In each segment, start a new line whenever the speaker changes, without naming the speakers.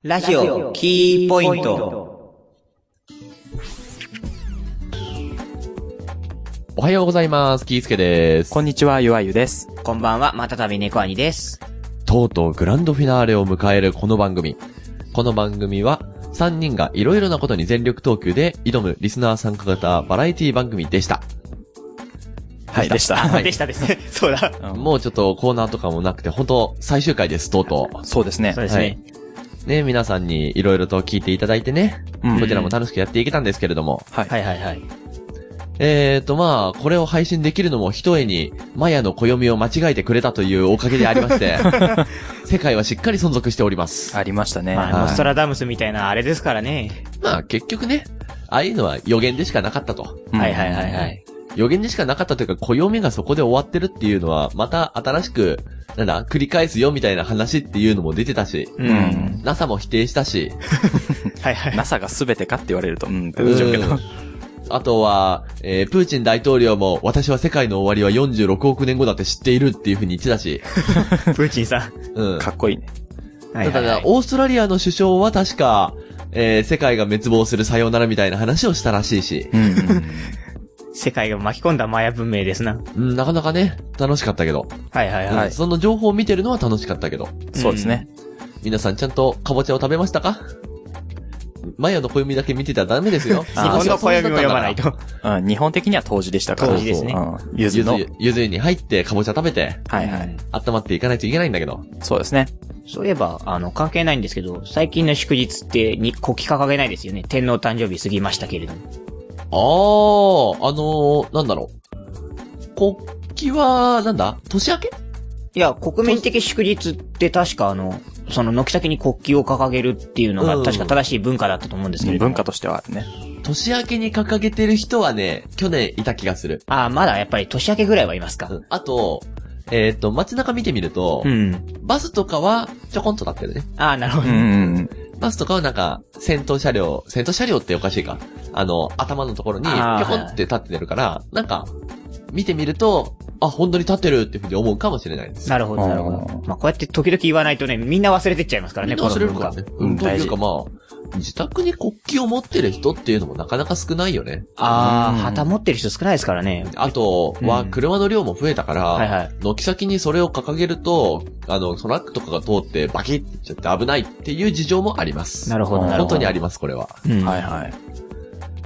ラジオキーポイント。
おはようございます。キースケです。
こんにちは、ゆわゆです。
こんばんは、またたび猫兄です。
とうとうグランドフィナーレを迎えるこの番組。この番組は、3人がいろいろなことに全力投球で挑むリスナー参加型バラエティ番組でした。
はい、でした。
はい
でしたです ね。そうだ。
もうちょっとコーナーとかもなくて、本当最終回です、とうと
そうですね
そう。ですね。
う。ね、皆さんにいろいろと聞いていただいてね、
うん
こちらも楽しくやっていけたんですけれども。
はい。
はいはいはい。
えーと、まあ、これを配信できるのも一重に、マヤの暦を間違えてくれたというおかげでありま して、世界はしっかり存続しております。
ありましたね。
まあ、
はい
ノストラダムスみたいなあれですからね。
まあ結局ね、ああいうのは予言でしかなかったと。
うん
はいはいはいはい。
予言でしかなかったというか、暦がそこで終わってるっていうのは、また新しく、なんだ、繰り返すよみたいな話っていうのも出てたし、
う
うん。。
NASA も否定したし、
はいはい。
NASA が全てかって言われると、うん、ってなっちゃうけど。
あとは、えー、プーチン大統領も、私は世界の終わりは46億年後だって知っているっていうふうに言ってたし、
プーチンさん。
うん。
かっこいいね。
は
ただね、オーストラリアの首相は確か、えー、世界が滅亡するさようならみたいな話をしたらしいし、
うん。
世界が巻き込んだマヤ文明ですな。
うん、なかなかね、楽しかったけど、
はいはい
うん
はい。
その情報を見てるのは楽しかったけど、
そうですね。
皆さんちゃんとカボチャを食べましたかマヤの暦だけ見てたらダメです よ。日
日本の暦も読まない。と。
うん、日本的には当時でしたから。
冬至ですね
うん。ゆず
ゆず
の。、
ゆず湯に入ってカボチャ食べて、
はいはい。
温まっていかないといけないんだけど。
そうですね。
そういえば、あの、関係ないんですけど、最近の祝日って、に、国旗掲げないですよね。天皇誕生日過ぎましたけれども。
あー、あのー、なんだろう。国旗は、なんだ年明け
いや、国民的祝日って確かあの、その、軒先に国旗を掲げるっていうのが
うん
確か正しい文化だったと思うんですけれども。
文化としてはあるね。
年明けに掲げてる人はね、去年いた気がする。
ああ、まだやっぱり年明けぐらいはいます
う
か。
んあと、えっ、と、街中見てみると、
うん。
バスとかはちょこんと立ってるね。
ああ、なるほ
う
ど。
んうんうん。
バスとかはなんか、先頭車両、先頭車両っておかしいか。あの、頭のところに、ぴょ
あー
こんって立ってるから、なんか、見てみると、あ、本当に立ってるってふうに思うかもしれないです。
なるほど、なるほど。まあ、こうやって時々言わないとね、みんな忘れてっちゃいますから
み
ね、
んな忘れるから
こ
ね
の。
う、
うんん
とい
大事
うかまあ、自宅に国旗を持ってる人っていうのもなかなか少ないよね。
ああ、
うん
旗持ってる人少ないですからね。
あとは、
うん
車の量も増えたから、
はいはい。
軒先にそれを掲げると、あの、トラックとかが通ってバキッていっちゃって危ないっていう事情もあります。
なるほど、なる
本
ほ
当
ど。
にあります、これは。
うん
はいはい。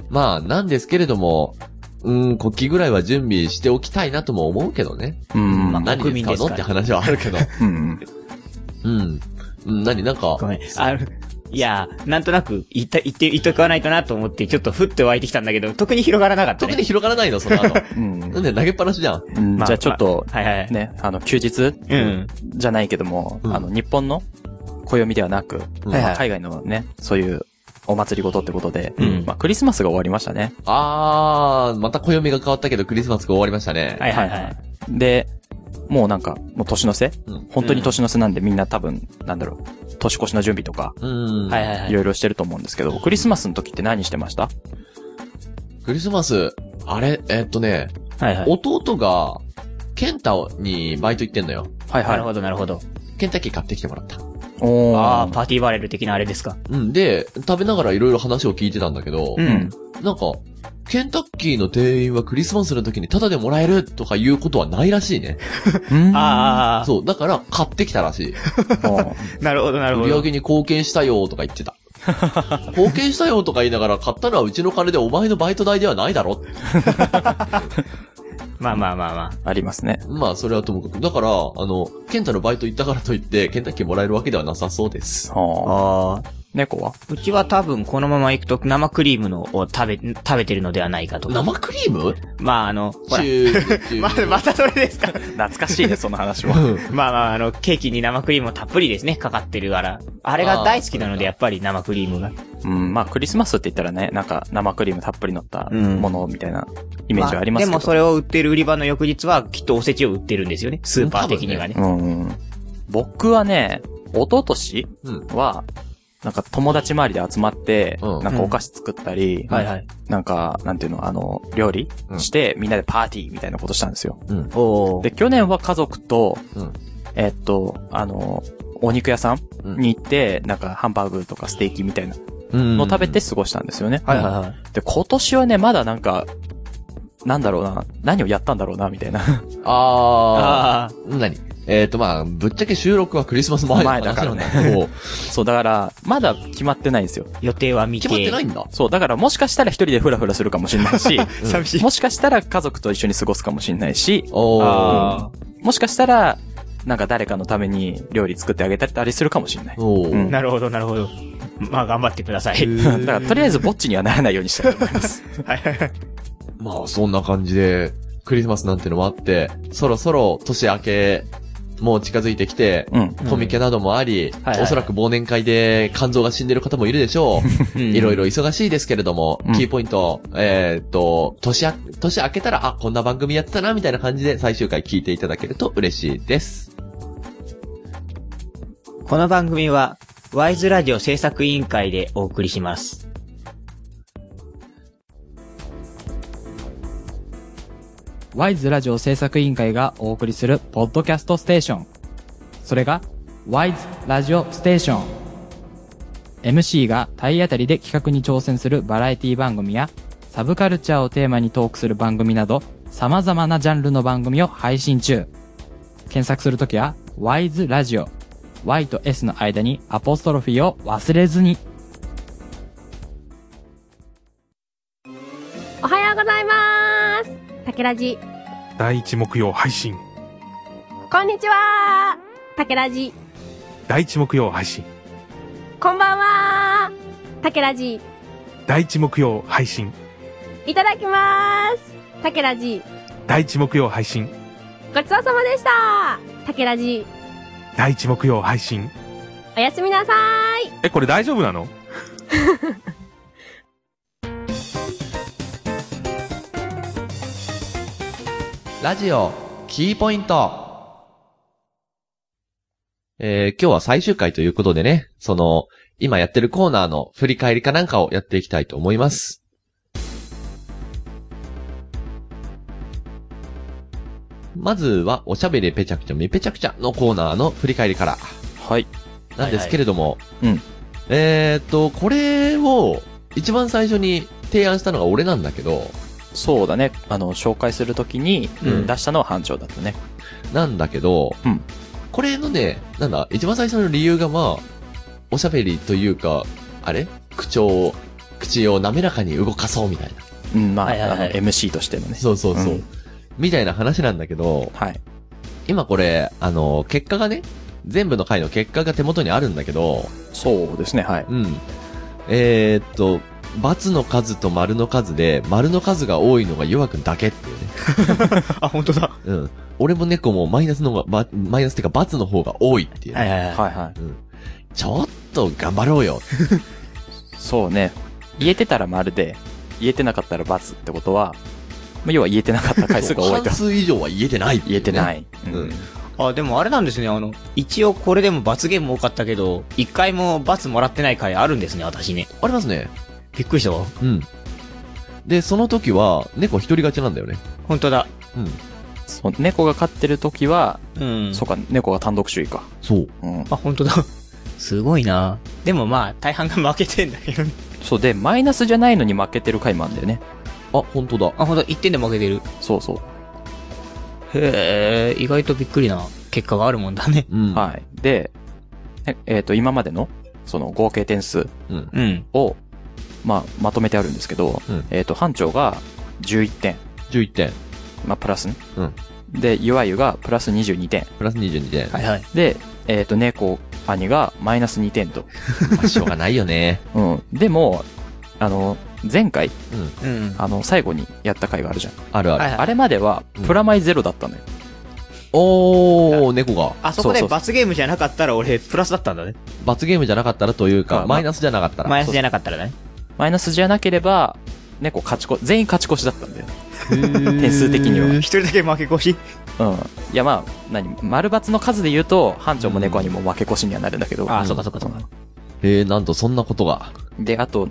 まあ、なんですけれども、うん、国旗ぐらいは準備しておきたいなとも思うけどね。
うん。
まあ
うん
何に
国民
使う
です
の
か
っ
ら
て話はある けど。
うん。
うん。うん何なんか
ご、めん。あの、いや、なんとなく言った、言って、言っとかないとなと思って、ちょっとふって湧いてきたんだけど、特に広がらなかった
特
ね。
に広がらないの、その 後。
うん
なんで投げっぱなしじゃん。
うん
ま
じゃあちょっと、
まあはいはい。
ね、あの、休日
うん
じゃないけども、
うん
あの、日本の暦ではなく、
うん
はいはい
海外のね、そういうお祭りごとってことで、
うん
まあ、クリスマスが終わりましたね。
あー、また暦が変わったけどクリスマスが終わりましたね。
はいはいはい。
で、もうなんか、もう年の瀬、
うん
本当に年の瀬なんでみんな多分、なんだろう、年越しの準備とか、
うん。
はいはいはいい。
ろいろしてると思うんですけど、クリスマスの時って何してました
クリスマス、あれ、えっとね、
はいはい。
弟が、ケンタにバイト行ってんのよ。
はい
なる
は
ほど、なるほど。
ケンタッキー買ってきてもらった。
い。お
ああ、
ー。
パーティーバレル的なあれですか。
うん、で、食べながらいろいろ話を聞いてたんだけど、
う
うん。
なんか、ケンタッキーの店員はクリスマスの時にタダでもらえるとかいうことはないらしいね。
あ
ああ、
そう、だから買ってきたらしい。
なるほど、なるほ
売り
ど
上。げに貢献したよとか言 ってた。貢献したよとか言いながら買ったのはうちの金でお前のバイト代ではないだろ。
まあまあまあまあ。
ありますね。
まあ、それはともかく。だから、あの、ケンタのバイト行ったからといって、ケンタッキーもらえるわけではなさそうです。
おー
ああ。
猫は
うちは多分このまま行くと生クリームのを食べ、食べてるのではないかと。
生クリーム
まああの、ほら。
中、 中。
ま、またそれですか
懐かしいね、その話
う
は。
ん
まあまあ、あの、ケーキに生クリームをたっぷりですね、かかってるから。あれが大好きなので、やっぱり生クリームが。
うん、まあ、クリスマスって言ったらね、なんか生クリームたっぷり乗ったものみたいなイメージはありますけど。
まあでもそれを売ってる売り場の翌日は、きっとおせちを売ってるんですよね。スーパー的にはね。
うん。僕はね、一昨年
うん
は、なんか友達周りで集まって、
うん
なんかお菓子作ったり、
はいはい。
なんか、なんていうの、あの、料理
うん
して、みんなでパーティーみたいなことしたんですよ。
おお。
で、去年は家族と、
うん
えっと、あの、お肉屋さん
うん
に行って、なんかハンバーグとかステーキみたいな
うん
のを食べて、過ごしたんですよね。
はいはいはい。
で、今年はね、まだなんか、なんだろうな、何をやったんだろうな、みたいな。
あ
あー。
ー。何えっとまあ、ぶっちゃけ収録はクリスマス前の話なんだから
前だから
ね。
そう、だから、まだ決まってないんですよ。
予定は未
決まって
定。
ないんだ。
そう、だからもしかしたら一人でフラフラするかもしれないし、
寂しい。
もしかしたら家族と一緒に過ごすかもしれないし、
おー。
あ
もしかしたら、なんか誰かのために料理作ってあげたりあれするかもしれない。
お
う
あ。
ー。
ん
なるほど、なるほど。まあ、頑張ってください。
だから、とりあえずぼっちにはならないようにしたいと思います。
はいはいはい。
まあ、そんな感じで、クリスマスなんてのもあって、そろそろ年明け、もう近づいてきて、
うん。
うん
コミケなどもあり、
はいはい
おそらく忘年会で肝臓が死んでる方もいるでしょう。いろいろ忙しいですけれども、
うん
キーポイント、えーっと、年あ、年明けたら、あ、こんな番組やってたな、みたいな感じで最終回聞いていただけると嬉しいです。
この番組は、ワイズラジオ制作委員会でお送りします。
ワイズラジオ制作委員会がお送りするポッドキャストステーション。それが、ワイズラジオステーション。MC が体当たりで企画に挑戦するバラエティ番組や、サブカルチャーをテーマにトークする番組など、様々なジャンルの番組を配信中。検索するときは、ワイズラジオ。Y と S の間にアポストロフィーを忘れずに。
おはようございます。竹ラジ。
第一木曜配信。
こんにちは。竹ラジ。
第一木曜配信。
こんばんは。竹ラジ。
第一木曜配信。
いただきます。竹ラジ。
第一木曜配信。
ごちそうさまでした。竹ラジ。
第一木曜配信。
おやすみなさい。
え、これ大丈夫なの
ラジオ、キーポイント。えー今日は最終回ということでね、その、今やってるコーナーの振り返りかなんかをやっていきたいと思います。まずは、おしゃべりぺちゃくちゃめぺちゃくちゃのコーナーの振り返りから、
はい。
なんですけれども、
はいうん
えーっと、これを、一番最初に提案したのが俺なんだけど、
そうだね。あの、紹介するときに
うん
出したのは班長だったね。
なんだけど、
うん
これのね、なんだ、一番最初の理由がまあ、おしゃべりというか、あれ口調を、口を滑らかに動かそうみたいな。
うん、まあ、
はいはいはい
あの、MC としてのね。
そうそうそう。
うん
みたいな話なんだけど、
はい。
今これ、あの、結果がね、全部の回の結果が手元にあるんだけど、
そうですね、 はい。
うん。えーっと、×の数と丸の数で、丸の数が多いのが弱くんだけっていうね。
あ、本当だ。は
うん。俺も猫もマイナスの方が、ばマイナスっていうか×の方が多いって
い
い
う
ね、
はいはい。
はいはい。
ちょっと頑張ろうよ
そうね。言えてたら丸で、言えてなかったら×ってことは、まあ要は言えてなかった回数が多いと
半。数以上は言えてないってうね、。
言えてないい。
う
うんん。
あ、でもあれなんですね、あの、一応これでも罰ゲーム多かったけど、一回も罰もらってない回あるんですね、私ね。
ありますね。
びっくりしたわ。
うん。で、その時は、猫一人勝ちなんだよね。
本当だ。
うん。
そう猫が飼ってるときは、
うん。
そうか、猫が単独首位か。
そう。
うん。
あ、本当だ。すごいなでもまあ、大半が負けてんだけどね。
そうで、マイナスじゃないのに負けてる回もあるんだよね。
あ、本当だ。
あ、ほんと、1点で負けてる。
そうそう。
へえ、意外とびっくりな結果があるもんだね。
うん。
はい。で、ええっ、と、今までの、その合計点数
うん。
うん。
を、まあ、まとめてあるんですけど、
うん
えっ、と、班長が11点、
11点。
まあ、プラスね。
うん
で、ゆわゆがプラス22点。
プラス22点。
はいはい。
で、えっ、と、猫兄がマイナス2点と。
まあ、しょうがないよね。
うん。でも、あの、前回、
うん。
うん。
あの、最後にやった回があるじゃん。
あるある。
はいはい
あれまでは
うん、
プラマイゼロだったのよ。
おー、猫が。
あそこ
そう
で
そう
罰ゲームじゃなかったら俺、プラスだったんだね。
罰ゲームじゃなかったらという
まあ
か、
まあ
マイナスじゃなかったら。
マイナスじゃなかったらね。
マイナスじゃなければ、猫勝ち越、全員勝ち越しだったんだよ。
点
点数的には
一人だけ負け越し。
うん。いや、まあ、何、丸×の数で言うと、班長も猫にも負け越しにはなるんだけど。
あ
う
あ、
ん
そうかそうかそうか。
えー、なんとそんなことが。
で、あと、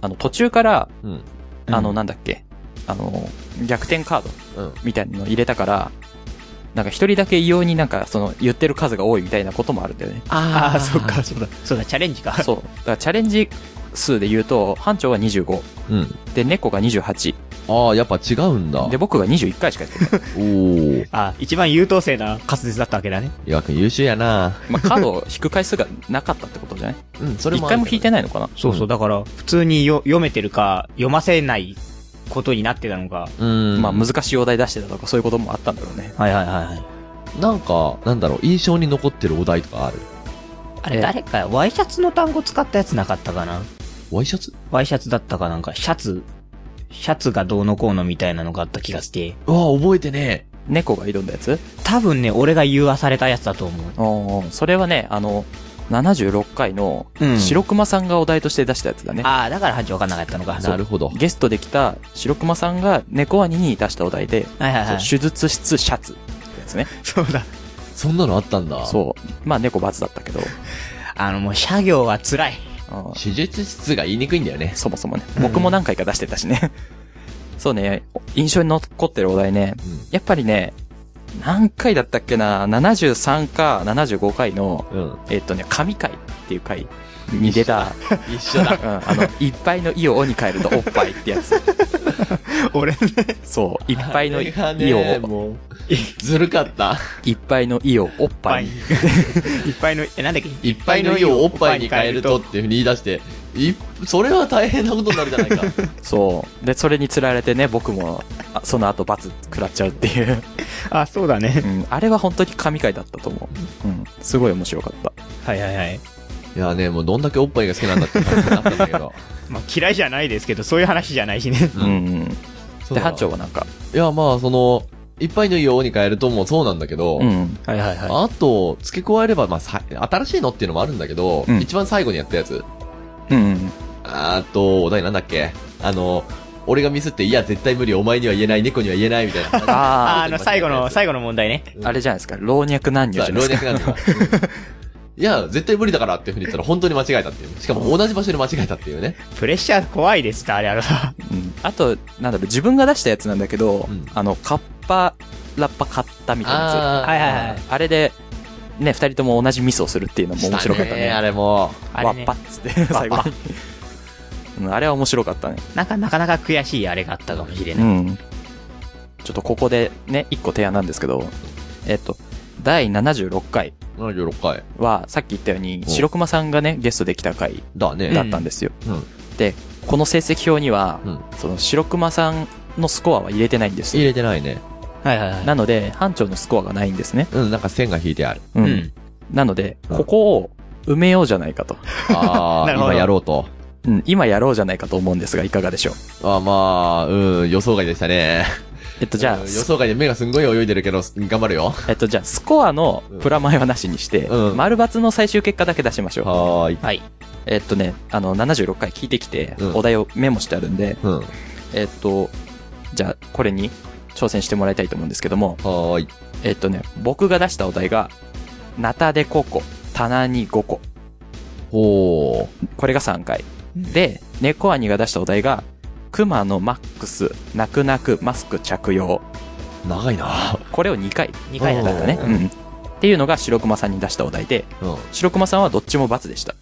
あの、途中から、
うん。
あの、
うん
なんだっけ、あの、逆転カード
うん。
みたいなの入れたから、なんか一人だけ異様になんかその言ってる数が多いみたいなこともあるんだよね。
あ
ー
あ、そっか、そうだ。そうだ、チャレンジか。
そう。だからチャレンジ数で言うと、班長は25。
うん。
で、猫が28。
ああ、やっぱ違うんだ。
で、僕が21回しかやって ない。
おー。
あ、一番優等生な滑舌だったわけだね。
岩くん優秀やな
まあ、カードを引く回数がなかったってことじゃない
うん、それもあ
一
る
回も引いてないのかな
そうそう、だから、普通によ読めてるか、読ませないことになってたのか。
うん。
まあ、難しいお題出してたとか、そういうこともあったんだろうね。
はいはいはいはい。
なんか、なんだろう、印象に残ってるお題とかある。
あ
え
れ、誰か、ワイシャツの単語使ったやつなかったかな
ワイシャツ
ワイシャツだったかなんか、シャツ、シャツがどうのこうのみたいなのがあった気がして。
うわあ、覚えてね
猫が挑んだやつ
多分ね、俺が誘惑されたやつだと思う。
おーそれはね、あの、76回の
うん、
白熊さんがお題として出したやつだね。
ああ、だから班長わかんなかったのか。
え。なるほど。
ゲストで来た白熊さんが猫ワニに出したお題で、
はいはい
そ
は
う
い。
手術室シャツってやつね。
そうだ。
そんなのあったんだ。う。
そう。まあ猫罰だったけど、
あの、もう、社業は辛い。
うん
手術室が言いにくいんだよね。
そもそもね
う。ん
僕も何回か出してたしね。そうね、印象に残ってるお題ね。やっぱりね、何回だったっけな ?73 か75回の、
うん。うん。
えっとね、神回っていう回に出た、
一緒だ。
うん、あの、いっぱいのイオをに変えるとおっぱいってやつ。
俺ね。
そう、いっぱ いのイ
あれがね
オ、
もう、ずるかった。
いっぱいのイオ、おっ ぱい。
いっぱいの、え、なんだっけ
いっぱいの意をおっぱいに変えるとっ。ていうふうに言い出して、い、それは大変なことになるじゃない か。
そう。で、それに釣られてね、僕も、あその後罰食らっちゃうっていう。
あ、そうだね
う。ん、あれは本当に神回だったと思う。うん、すごい面白かった。
はいはいはい。
いやね、もうどんだけおっぱいが好きなんだって話になったんだけ ど。
まあ、嫌いじゃないですけど、そういう話じゃないしね。
う
うんん。
そう
で、
だ
班長はなんか、
いや、まあ、その、いっぱいの意をおに変えるともうそうなんだけど、
うん。
はいはいは
あと、付け加えれば、まあ、さ新しいのっていうのもあるんだけど、
うん
一番最後にやったやつ。
うん。
あと、お題なんだっけあの、俺がミスって、いや、絶対無理、お前には言えない、猫には言えない、みたいな話。
あ
あ
あの、最後の、最後の問題ね。
あ、あれじゃないですか。老若男女じ
さ
ゃない
老
ですか。
若男女が。いや、絶対無理だからっていうふうに言ったら、本当に間違えたっていう。しかも同じ場所で間違えたっていうね。
プレッシャー怖いですあれあれは。
うんあと、なんだろう、自分が出したやつなんだけど
うん、
あの、カッパ、ラッパ買ったみたいなや
あー
はいはいはい
つ。あれで、ね、二人とも同じミスをするっていうのも面白かっ
し
た
たねあ
ね。
れも。
あ
わ
れ
っ
ね
ぱっつっ て、最後に。うんあれは面白かったね。
なんか、なかなか悔しいあれがあったかもしれ
う
ない。
ん。ちょっとここでね、一個提案なんですけど、えっと、第76回
76回。
は、さっき言ったように
う、ん
白熊さんがね、ゲストで来た回
だ
だ
ね。
ったんですよ。
うんうん
で、この成績表には、
うん
その白熊さんのスコアは入れてないんです
入
よ。
れてないね。
はいはいはい。
なので、班長のスコアがないんですね。
うん、なんか線が引いてある。
う。
うんん。
なので、
うん
ここを埋めようじゃないかと。
ああ、
なるほど
今やろうと。
うん、今やろうじゃないかと思うんですが、いかがでしょう。
あーまあ、うん、予想外でしたね。
えっと、じゃあ
うん予、想外で目がすんごい泳いでるけど、頑張るよ。
えっと、じゃあ、スコアのプラマイはなしにして、
うん
丸抜の最終結果だけ出しましょう。
はーい。
はい。
えっとね、あの、76回聞いてきて
う、ん
お題をメモしてあるんで、
うん。は
えっと、じゃあ、これに挑戦してもらいたいと思うんですけども、
ーい。
えっとね、僕が出したお題が、ナタで5個、棚に5個。
ほ
これが3回。で、猫兄が出したお題が、熊のマックス、泣く泣くマスク着用。
う。長いな
これを2回
2回だ
だ
っ
ったたね。
ね。
うん。っていうのが白熊さんに出したお題で、
うん。お
白熊さんはどっちも罰でした。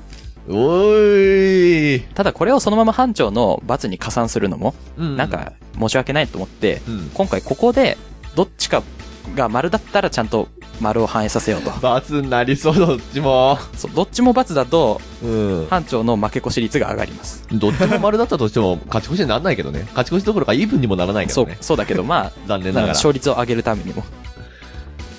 ーい。
ただこれをそのまま班長の罰に加算するのも、
う
なん、か申し訳ないと思って、
うん。
今回ここで、どっちかが丸だったらちゃんと丸を反映させようと。
罰になりそう、どっちも。
そう、どっちも罰だと、
うん。
班長の負け越し率が上がります。
どっちも丸だったとしても、勝ち越しにならないけどね。勝ち越しどころかイーブンにもならないけ
そ
ど
う
ね、。
そうだ けど、まあ、
残念
な
な
んか
がら。
勝率を上げるためにも。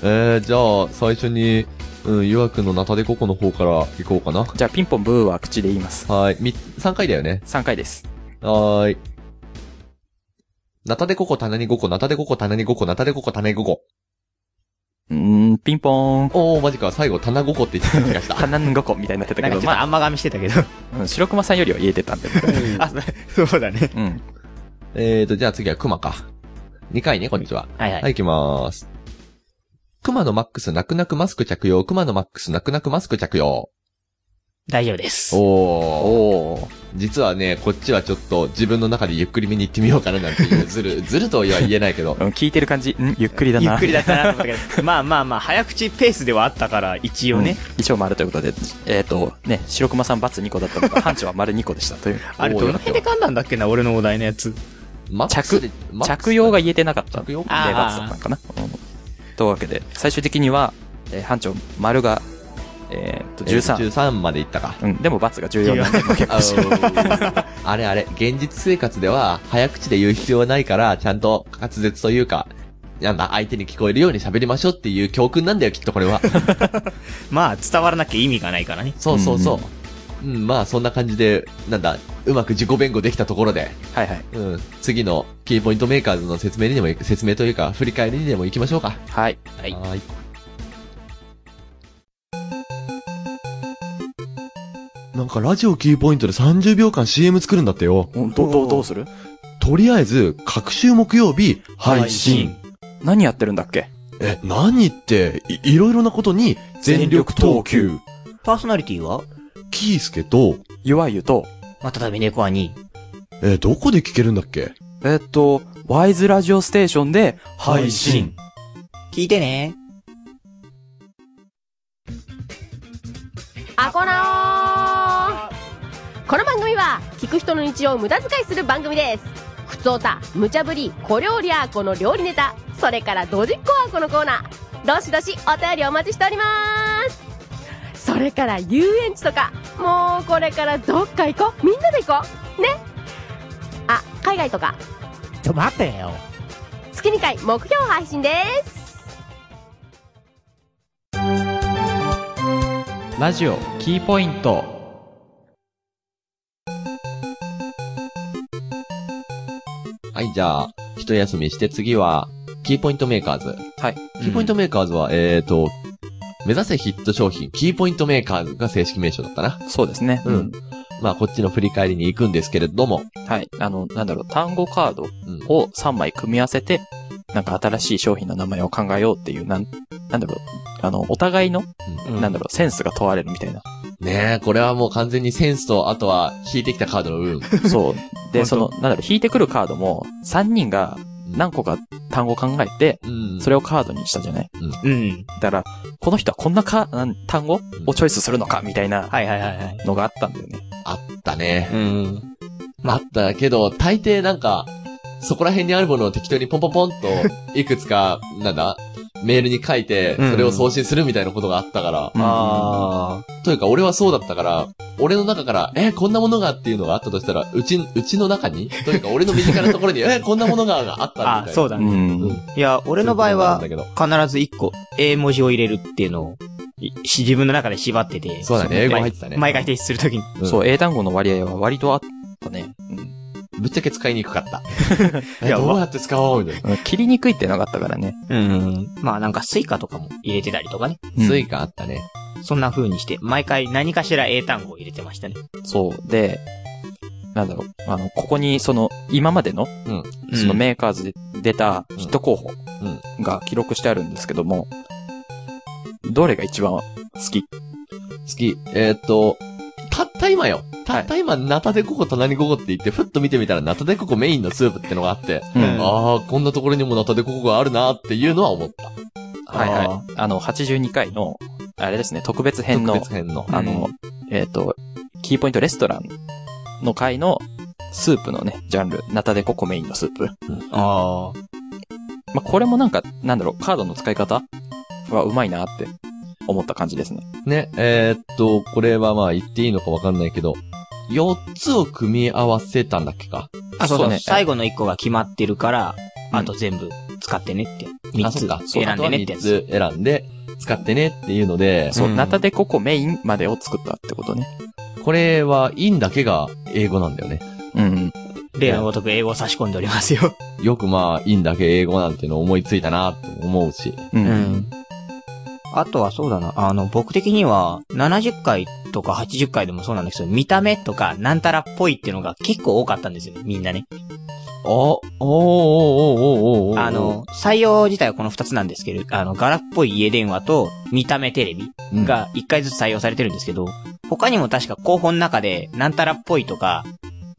えー、じゃあ、最初に、うん、ゆわくんのナタデココの方から行こうかな。
じゃあ、ピンポンブーは口で言います。
はーい。み、3回だよね。
3回です。
はーい。ナタデココ棚に5個、ナタデココ棚に5個、ナタデココ棚に5個。
うーん、ピンポーン。
おー、マジか。最後、棚5個って言ってた気がした。
花んごこみたいになってた
な
け
んかちょ
ど、
っと
ま
あんまがみしてたけど。
あ、うん白熊さんよりは言えてたんで。
あ、そうだね。
うん。
えーと、じゃあ次は熊か。2回ね、こんにちは。
はい
は、
はいい。
行きまーす。熊のマックス、泣く泣くマスク着用、熊のマックス、泣く泣くマスク着用。
大丈夫です。
おー。
おー。
実はね、こっちはちょっと自分の中でゆっくり見に行ってみようかななんて いう、ずる、ずるとは言えないけど
う、ん聞いてる感じ、ん ゆっくりだな。
ゆっくりだったなと思ったけど、まあまあまあ、早口ペースではあったから、一応ね、
一応丸ということで、えっ、と、ね、白熊さん×2 個だったのが、班長は丸2個でしたという。
あれどの辺で噛んだんだっけな、俺のお題のやつ。
マックス
着
で、、
着用が言えてなかった。
着用
で、罰だったのかな。うんというわけで、最終的には、えー班長、丸が、えーっと、13。
13までいったか。
うん、でも罰が14なんで、もう結
あ
構し
のー あれあれ、現実生活では早口で言う必要はないから、ちゃんと滑舌というか、なんだ、相手に聞こえるように喋りましょうっていう教訓なんだよ、きっとこれは。
まあ、伝わらなきゃ意味がないからね。
そうそうそう。うん、まあそんな感じで、なんだ、うまく自己弁護できたところで、
はいはい。
うん、次のキーポイントメーカーズの説明にでも、説明というか、振り返りにでも行きましょうか。
はい。
はい
はーい。なんかラジオキーポイントで30秒間 CM 作るんだってよ。
ど、ど、どうする
とりあえず、各週木曜日、配信。
何やってるんだっけ
え、何って、い、いろいろなことに、全力投球。
パーソナリティは
キースケと、
ゆわゆと、
渡辺猫は2
え、どこで聞けるんだっけ
えーっと、ワイズラジオステーションで、配信。
聞いてね。
アコラオこの番組は聞く人の日常を無駄遣いする番組ですふつおた無茶ぶり小料理アーコの料理ネタそれからドジっ子アーコのコーナーどしどしお便りお待ちしておりますそれから遊園地とかもうこれからどっか行こうみんなで行こうねあ海外とか
ちょ、待ってよ。
月2回目標配信です
ラジオキーポイント
はい、じゃあ、一休みして次は、キーポイントメーカーズ。
はい。
キーポイントメーカーズは、えーと、目指せヒット商品、キーポイントメーカーズが正式名称だったな。
そうですね。
うん。まあ、こっちの振り返りに行くんですけれども、
はい。あの、なんだろう、単語カード
うん
を3枚組み合わせて、なんか新しい商品の名前を考えようっていう、なん、なんだろう、あの、お互いの、
うん
なんだろう、センスが問われるみたいな。
ねえ、これはもう完全にセンスと、あとは、引いてきたカードの 運。
そう。で、
本当
その、なんだろう、引いてくるカードも、3人が何個か単語考えて、
うん。
それをカードにしたじゃない
うん。
だから、この人はこんなか、なん単語をチョイスするのか、みたいな
はいはいはいはい。
のがあったんだよね。
あったね。
うん。
あったけど、大抵なんか、そこら辺にあるものを適当にポンポンポン と、いくつか、なんだ、メールに書いて、
うん
それを送信するみたいなことがあったから、
あ
というか俺はそうだったから、俺の中から、え、こんなものがっていうのがあったとしたら、うち、うちの中に、というか俺の身近なとこ ろに、え、こんなものがあったみたいな。
あ、そうだ
う
ね。
ん。
いや、俺の場合は
そう、いうことなんだ
必ず1個、A 文字を入れるっていうのを、いし自分の中で縛ってて。
そうだね英語入ってたね
毎回提出するときに。
けど。そ
そう、英単語の割合は割とあったね。うん
うん。ぶっちゃけ使いにくかった。 え
いや
どうやって使おうみたいな。
うん。切りにくいってなかったからね。
うん。まあなんかスイカとかも入れてたりとかね。
うん
スイカあったね。
そんな風にして、毎回何かしら英単語を入れてましたね。
そう。で、なんだろう、あの、ここに、その、今までの、
うん
そのメーカーズで出たヒット候補
うん
が記録してあるんですけども、どれが一番好き
好き。えーっと、たった今よ。たった今、ナタデココ、ナニココって言って、ふっと見てみたら、ナタデココメインのスープってのがあって、
うん
ああ、こんなところにもナタデココがあるなっていうのは思った。
はいはい。あの、82回の、あれですね、特別編の
特、別編の。
あの、えっ、と、キーポイントレストランの回のスープのね、ジャンル、ナタデココメインのスープ。
ああ。
まあ、これもなんか、なんだろう、カードの使い方はうまいなって思った感じですね。
ね、えーっと、これはまあ言っていいのかわかんないけど、4つを組み合わせたんだっけか。
あ、そう
そ
そうう
ね
最後の1個が決まってるから、
うん
あと全部使ってねって。
あ
3
そ
つ
っか
選んでねって
3
やつ。
つ選んで、使ってねっていうので、
そう、
うん
ナタデココメインまでを作ったってことね。
これは、インだけが英語なんだよね。
うんうん。
例のごとく英語を差し込んでおりますよ。
よくまあ、インだけ英語なんての思いついたなと思うし。
うん。
うん。あとはそうだな、あの、僕的には、70回とか80回でもそうなんですけど、見た目とか、なんたらっぽいっていうのが結構多かったんですよね、みんなね。
あ、おーおーおーおーおーおー
あの、、採用自体はこの2つなんですけど、あの、柄っぽい家電話と、見た目テレビが1回ずつ採用されてるんですけど、他にも確か候補の中で、なんたらっぽいとか、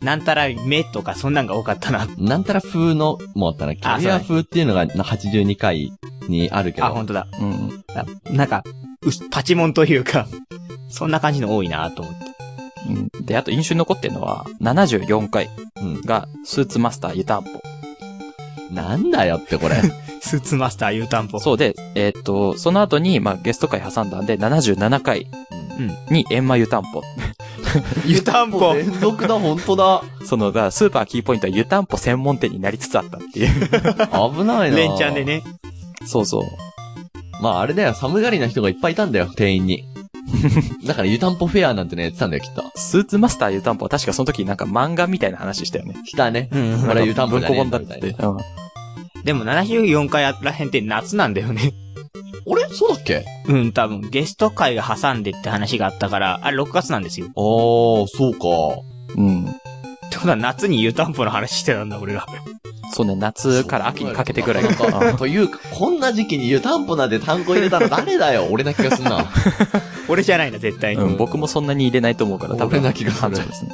なんたら目とか、そんなんが多かったな。
なんたら風のもあったな。キャリア風っていうのが82回にあるけど。
あ、ほんとだ。
うん。
ななんか、うすパチモンというか、そんな感じの多いなと思って。
うんで、あと印象に残ってるのは、74回
うん。
が、スーツマスター湯たんぽ。
なんだよってこ れ。
スーツマスター湯たんぽ。
そうで、えーっと、その後に、まあ、ゲスト会挟んだんで、77回に、エンマ湯たんぽ。
湯たんぽ
連続だ、ほんとだ。
その、だからスーパーキーポイントは湯たんぽ専門店になりつつあったっていう。
危ないな。
連チャンで。ね。
そうそう。
まああれだよ、寒がりな人がいっぱいいたんだよ、店 員に。だから湯たんぽフェアなんてね、やってたんだよ、きっと。
スーツマスター湯たんぽは確かその時なんか漫画みたいな話したよね。
来たね。
うん。
あれ湯たんぽじゃねえ
文庫本だって。
み
うん
でも74回らへんって夏なんだよね。
あれそうだっけ
うん、多分、ゲスト会が挟んでって話があったから、あれ6月なんですよ。
あー、そうか。
うん。
ってことは夏に湯たんぽの話してたんだ、俺ら。
そうね、夏から秋にかけてぐらい
そう
か。うん
というか、こんな時期に湯たんぽなんて単語入れたの誰だよ、俺な気がすんな。
俺じゃないな、絶対に。
うん、僕もそんなに入れないと思うから、多
俺
分。
な気がする
あそうですね。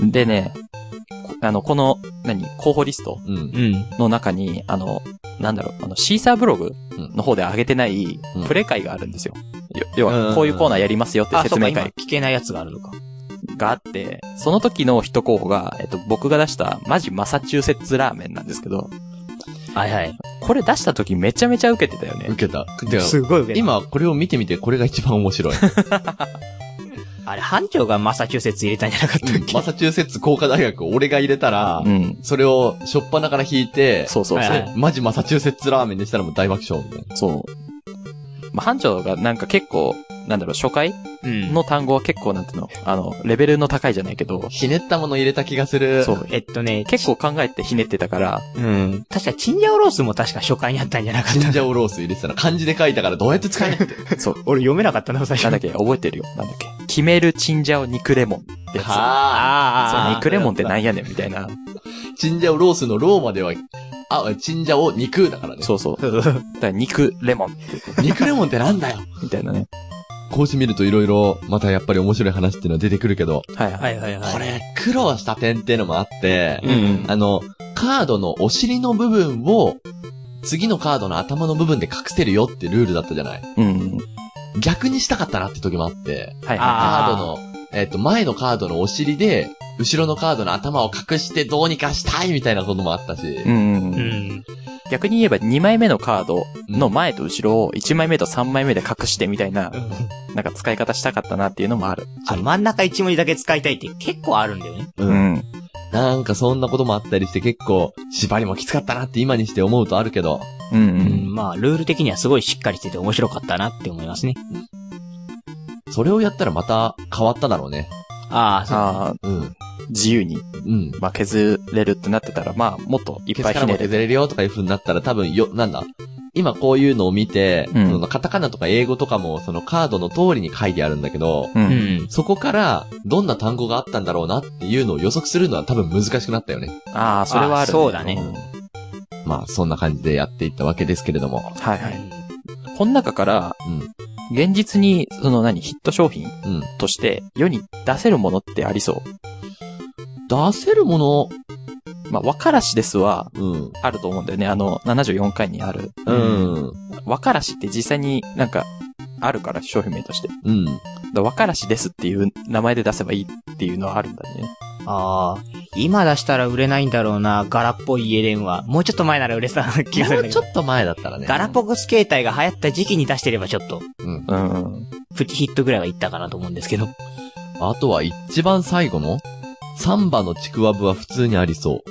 でね、こあの、この、何、候補リスト
うん。
うん。
の中に、あの、なんだろう、あの、シーサーブログの方で上げてない
うん、
プレ会があるんですよ。よ
うん
要は、こういうコーナーやりますよって
あ、そ
説
うか、
明
今
会
聞けないやつがあるのか。
があって、その時の一候補が、えっと、僕が出した、マジマサチューセッツラーメンなんですけど、
はいはい。
これ出した時めちゃめちゃ受けてたよね。
受けた。てか
すごい受け
今これを見てみて、これが一番面 白い。
あれ、班長がマサチューセッツ入れたんじゃなかったっけ、
マサチューセッツ工科大学を俺が入れたら
う、ん。
それをしょっぱなから引いて、
そうそうそう。
はいはい
マジマサチューセッツラーメンにしたらもう大爆笑みたいな。
そう。まあ、班長がなんか結構、なんだろう、初回
うん。
の単語は結構なんていうの、あの、レベルの高いじゃないけど、
ひねったもの入れた気がする。
そう。
えっとね、
結構考えてひねってたから、
うん。確か、チンジャオロースも確か初回にあったんじゃなかっ
チン
た。
ジャオロース入れてたら漢字で書いたからどうやって使えない って。
そう。
俺読めなかったな、最初。
なんだっけ、覚えてるよ。なんだっけ。決めるチンジャオ肉レモンってやつ。
は
そ
あ
う、
あああ
肉レモンってなんやねんみたいな。
ぁ。チンジャオロースのローまでは、あ、チンジャオ肉だからね。
そうそう。だ
そうそう
から肉レモンって言って
肉レモンってなんだよ。
みたいなね。
こうして見ると色々、またやっぱり面白い話っていうのは出てくるけど、
はいはい。
はいはいはい。
これ、苦労した点っていうのもあって、
うん。
あの、カードのお尻の部分を、次のカードの頭の部分で隠せるよってルールだったじゃない
うん。
逆にしたかったなって時もあって、
はい
あ
は
カ
ー
ードの、えっ、と、前のカードのお尻で、後ろのカードの頭を隠してどうにかしたいみたいなこともあったし、
い。うん
う。ん。
逆に言えば2枚目のカードの前と後ろを1枚目と3枚目で隠してみたいな、なんか使い方したかったなっていうのもある。
あ真ん中一文字だけ使いたいって結構あるんだよね。
うん
うん。
なんかそんなこともあったりして結構、縛りもきつかったなって今にして思うとあるけど、
うんう。
うんん。まあ、ルール的にはすごいしっかりしてて面白かったなって思いますね。
それをやったらまた変わっただろうね。
ああ、そう。
ああ、
うん。
自由に、
うん。
まあ、削れるってなってたら、まあ、もっとい
消
っぱい
すから
ひ
も
ねれ
削れるよとかいう風になったら多分よ、なんだ。今こういうのを見て、
うん
そのカタカナとか英語とかもそのカードの通りに書いてあるんだけど、
う。
うんん。
そこからどんな単語があったんだろうなっていうのを予測するのは多分難しくなったよね。
ああ、それはある。
あそうだね
うんまあそんな感じでやっていったわけですけれども。
はいはい。この中から、
うん
現実に、その何、ヒット商品
うん。
として世に出せるものってありそ
出せるも
う。まあ、わからしですは、
の、
あると思うんだよね。あの、74回にある。
うん。うん。
わからしって実際になんか、あるから、商品名として。
うん。
だからわからしですっていう名前で出せばいいっていうのはあるんだね。
ああ、今出したら売れないんだろうな、ガラっぽい家電は。もうちょっと前なら売れそうな気がする
も
んだ
う
け
ちょ
ど。
っと前だったらね。
ガラポコス携帯が流行った時期に出してればちょっと、
うん。
うん。
プチヒットぐらいはいったかなと思うんですけど。
あとは一番最後の、サンバのちくわぶは普通にありそ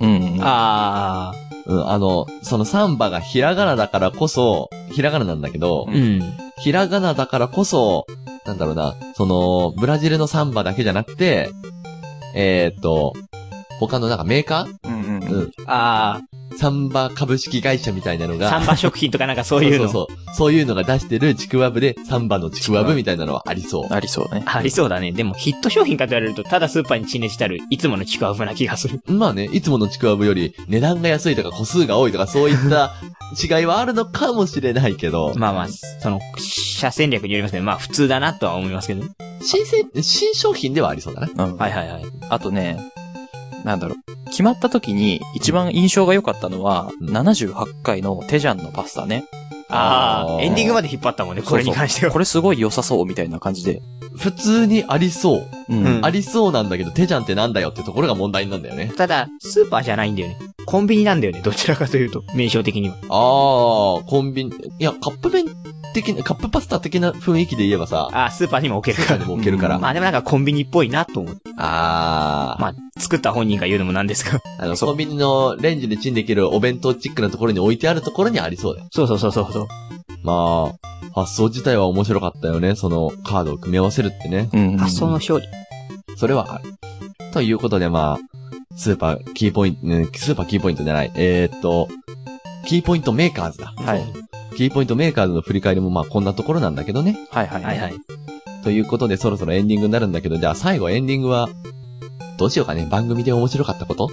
う。
うん。
あ
うん、あの、そのサンバがひらがなだからこそ、ひらがななんだけど、
あ、うん。
ひらがなだからこそ、なんだろうな、その、ブラジルのサンバだけじゃなくて、えー、っと、他のなんかメーカ
うんうん
ーうん。
あ
サンバ株式会社みたいなの
あ、
が、
サンバ食品とかなんか そういうの。
そうそうそう。そういうのが出してるちくわぶで、サンバのちくわぶみたいなのはありそう。
ありそうね。
ありそうだね。でもヒット商品かと言われると、ただスーパーに陳列してある、いつものちくわぶな気がする。
まあね、いつものちくわぶより値段が安いとか個数が多いとかそういった違いはあるのかもしれないけど。
まあまあ、その、車線略によりますけど、まあ普通だなとは思いますけど。
新製、新商品ではありそうだな。
うん。
はいはいはい。
あとね、なんだろう、決まった時に一番印象が良かったのは、
うん
78回のテジャンのパスタね。
あ
あー
あ、エンディングまで引っ張ったもんね、これに関しては。
これすごい良さそうみたいな感じで。
普通にありそう。
うん。
うん
ありそうなんだけど、テジャンってなんだよってところが問題なんだよね。
ただ、スーパーじゃないんだよね。コンビニなんだよね、どちらかというと、名称的には。
あー、コンビニ、いや、カップ麺的な、カップパスタ的な雰囲気で言えばさ、
ああ、スーパーにも置けるから
で。も置けるから。
まあでもなんかコンビニっぽいなと思って。
あー、
まあ、作った本人が言うのもなんですが。
あの、コンビニのレンジでチンできるお弁当チックなところに置いてあるところにありそうだよ。
そうそうそうそうそう。
まあ、発想自体は面白かったよね。そのカードを組み合わせるってね。
うん。
発想の勝利。
それはある。ということで、まあ、スーパーキーポイント、うんスーパーキーポイントじゃない。えー、っと、キーポイントメーカーズだ。
はい。
キーポイントメーカーズの振り返りもまあこんなところなんだけどね。
はいはい
はいはい。。
ということでそろそろエンディングになるんだけど、じゃあ最後エンディングは、どうしようかね。番組で面白かったこと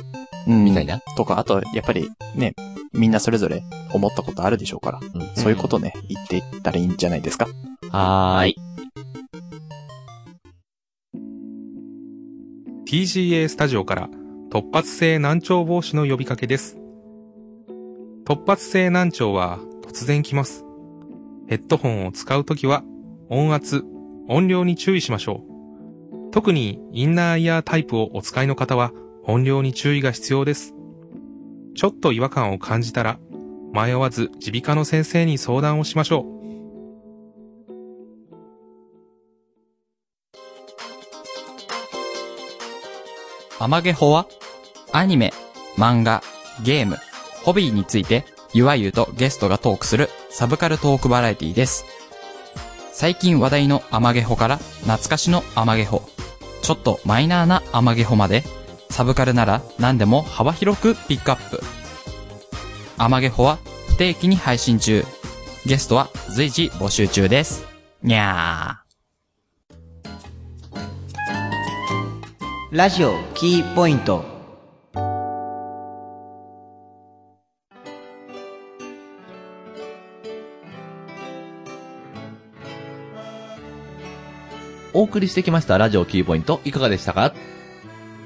うん。
みたいな。
とか、あと、やっぱり、ね、みんなそれぞれ思ったことあるでしょうから、
うん
そういうことね、言っていったらいいんじゃないですか。
はーい。
TGA スタジオから突発性難聴防止の呼びかけです。突発性難聴は突然きます。ヘッドホンを使うときは音圧、音量に注意しましょう。特にインナーイヤータイプをお使いの方は音量に注意が必要です。ちょっと違和感を感じたら迷わず耳鼻科の先生に相談をしましょう。
アマゲホはアニメ、漫画、ゲーム、ホビーについて、ゆわゆとゲストがトークするサブカルトークバラエティです。最近話題のアマゲホから懐かしのアマゲホ、ちょっとマイナーなアマゲホまで、サブカルなら何でも幅広くピックアップ。アマゲホは不定期に配信中。ゲストは随時募集中です。にゃ
ラジオキーポイント。
お送りしてきましたラジオキーポイントいかがでしたか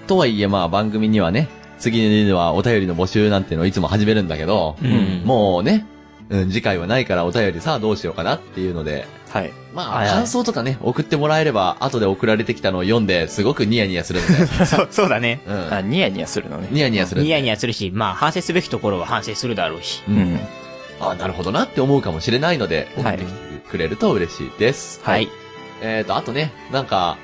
とはいえまあ番組にはね、次にはお便りの募集なんてのをいつも始めるんだけど、
うん
もうね、うん、次回はないからお便りさあどうしようかなっていうので、
はい。
ま
は
あ
いはい
感想とかね、送ってもらえれば後で送られてきたのを読んですごくニヤニヤするんで、
そう、そうだね。
う ん
あ、ニヤニヤするのね。
ニヤニヤするんで。
ニヤニヤするし、まあ反省すべきところは反省するだろうし。
うん。
あ、なるほどなって思うかもしれないので、送
は
っ
い
てきてくれると嬉しいです。
はい。
えーと、あとね、なんか、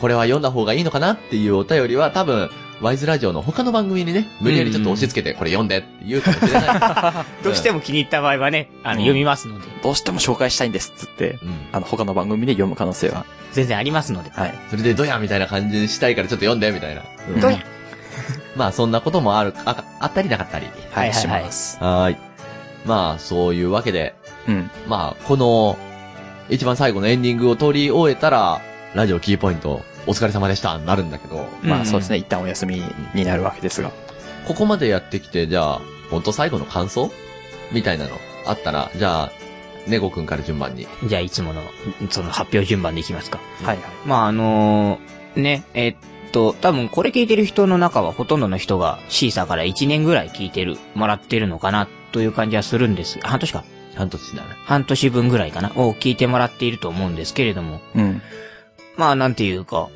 これは読んだ方がいいのかなっていうお便りは多分、ワイズラジオの他の番組にね、無理やりちょっと押し付けて、これ読んでって言うかもしれない。
どうしても気に入った場合はね、あの、
うん
読みますので、
どうしても紹介したいんですっつって、
うん。うん。
あの、他の番組で読む可能性は。
全然ありますので。
はい。
それでドヤみたいな感じにしたいからちょっと読んで、みたいな。うん
どうや
まあ、そんなこともある、ああったりなかったり。
はいはいはい
します。
はーい。まあ、そういうわけで、
うん。
まあ、この、一番最後のエンディングを取り終えたら、ラジオキーポイント、お疲れ様でした、になるんだけど、
ま
う
あ
ん
そうですね、一旦お休みになるわけですが。
ここまでやってきて、じゃあ、ほんと最後の感想みたいなの、あったら、じゃあ、ネゴくんから順番に。
じゃあいつもの、その発表順番でいきますか。
はいはい。
まああのーね、えっと、多分これ聞いてる人の中はほとんどの人がシーサーから1年ぐらい聞いてる、もらってるのかなという感じはするんです。半年か。
半年だな。
半年分ぐらいかなを聞いてもらっていると思うんですけれども。
うん。
まあなんていうか、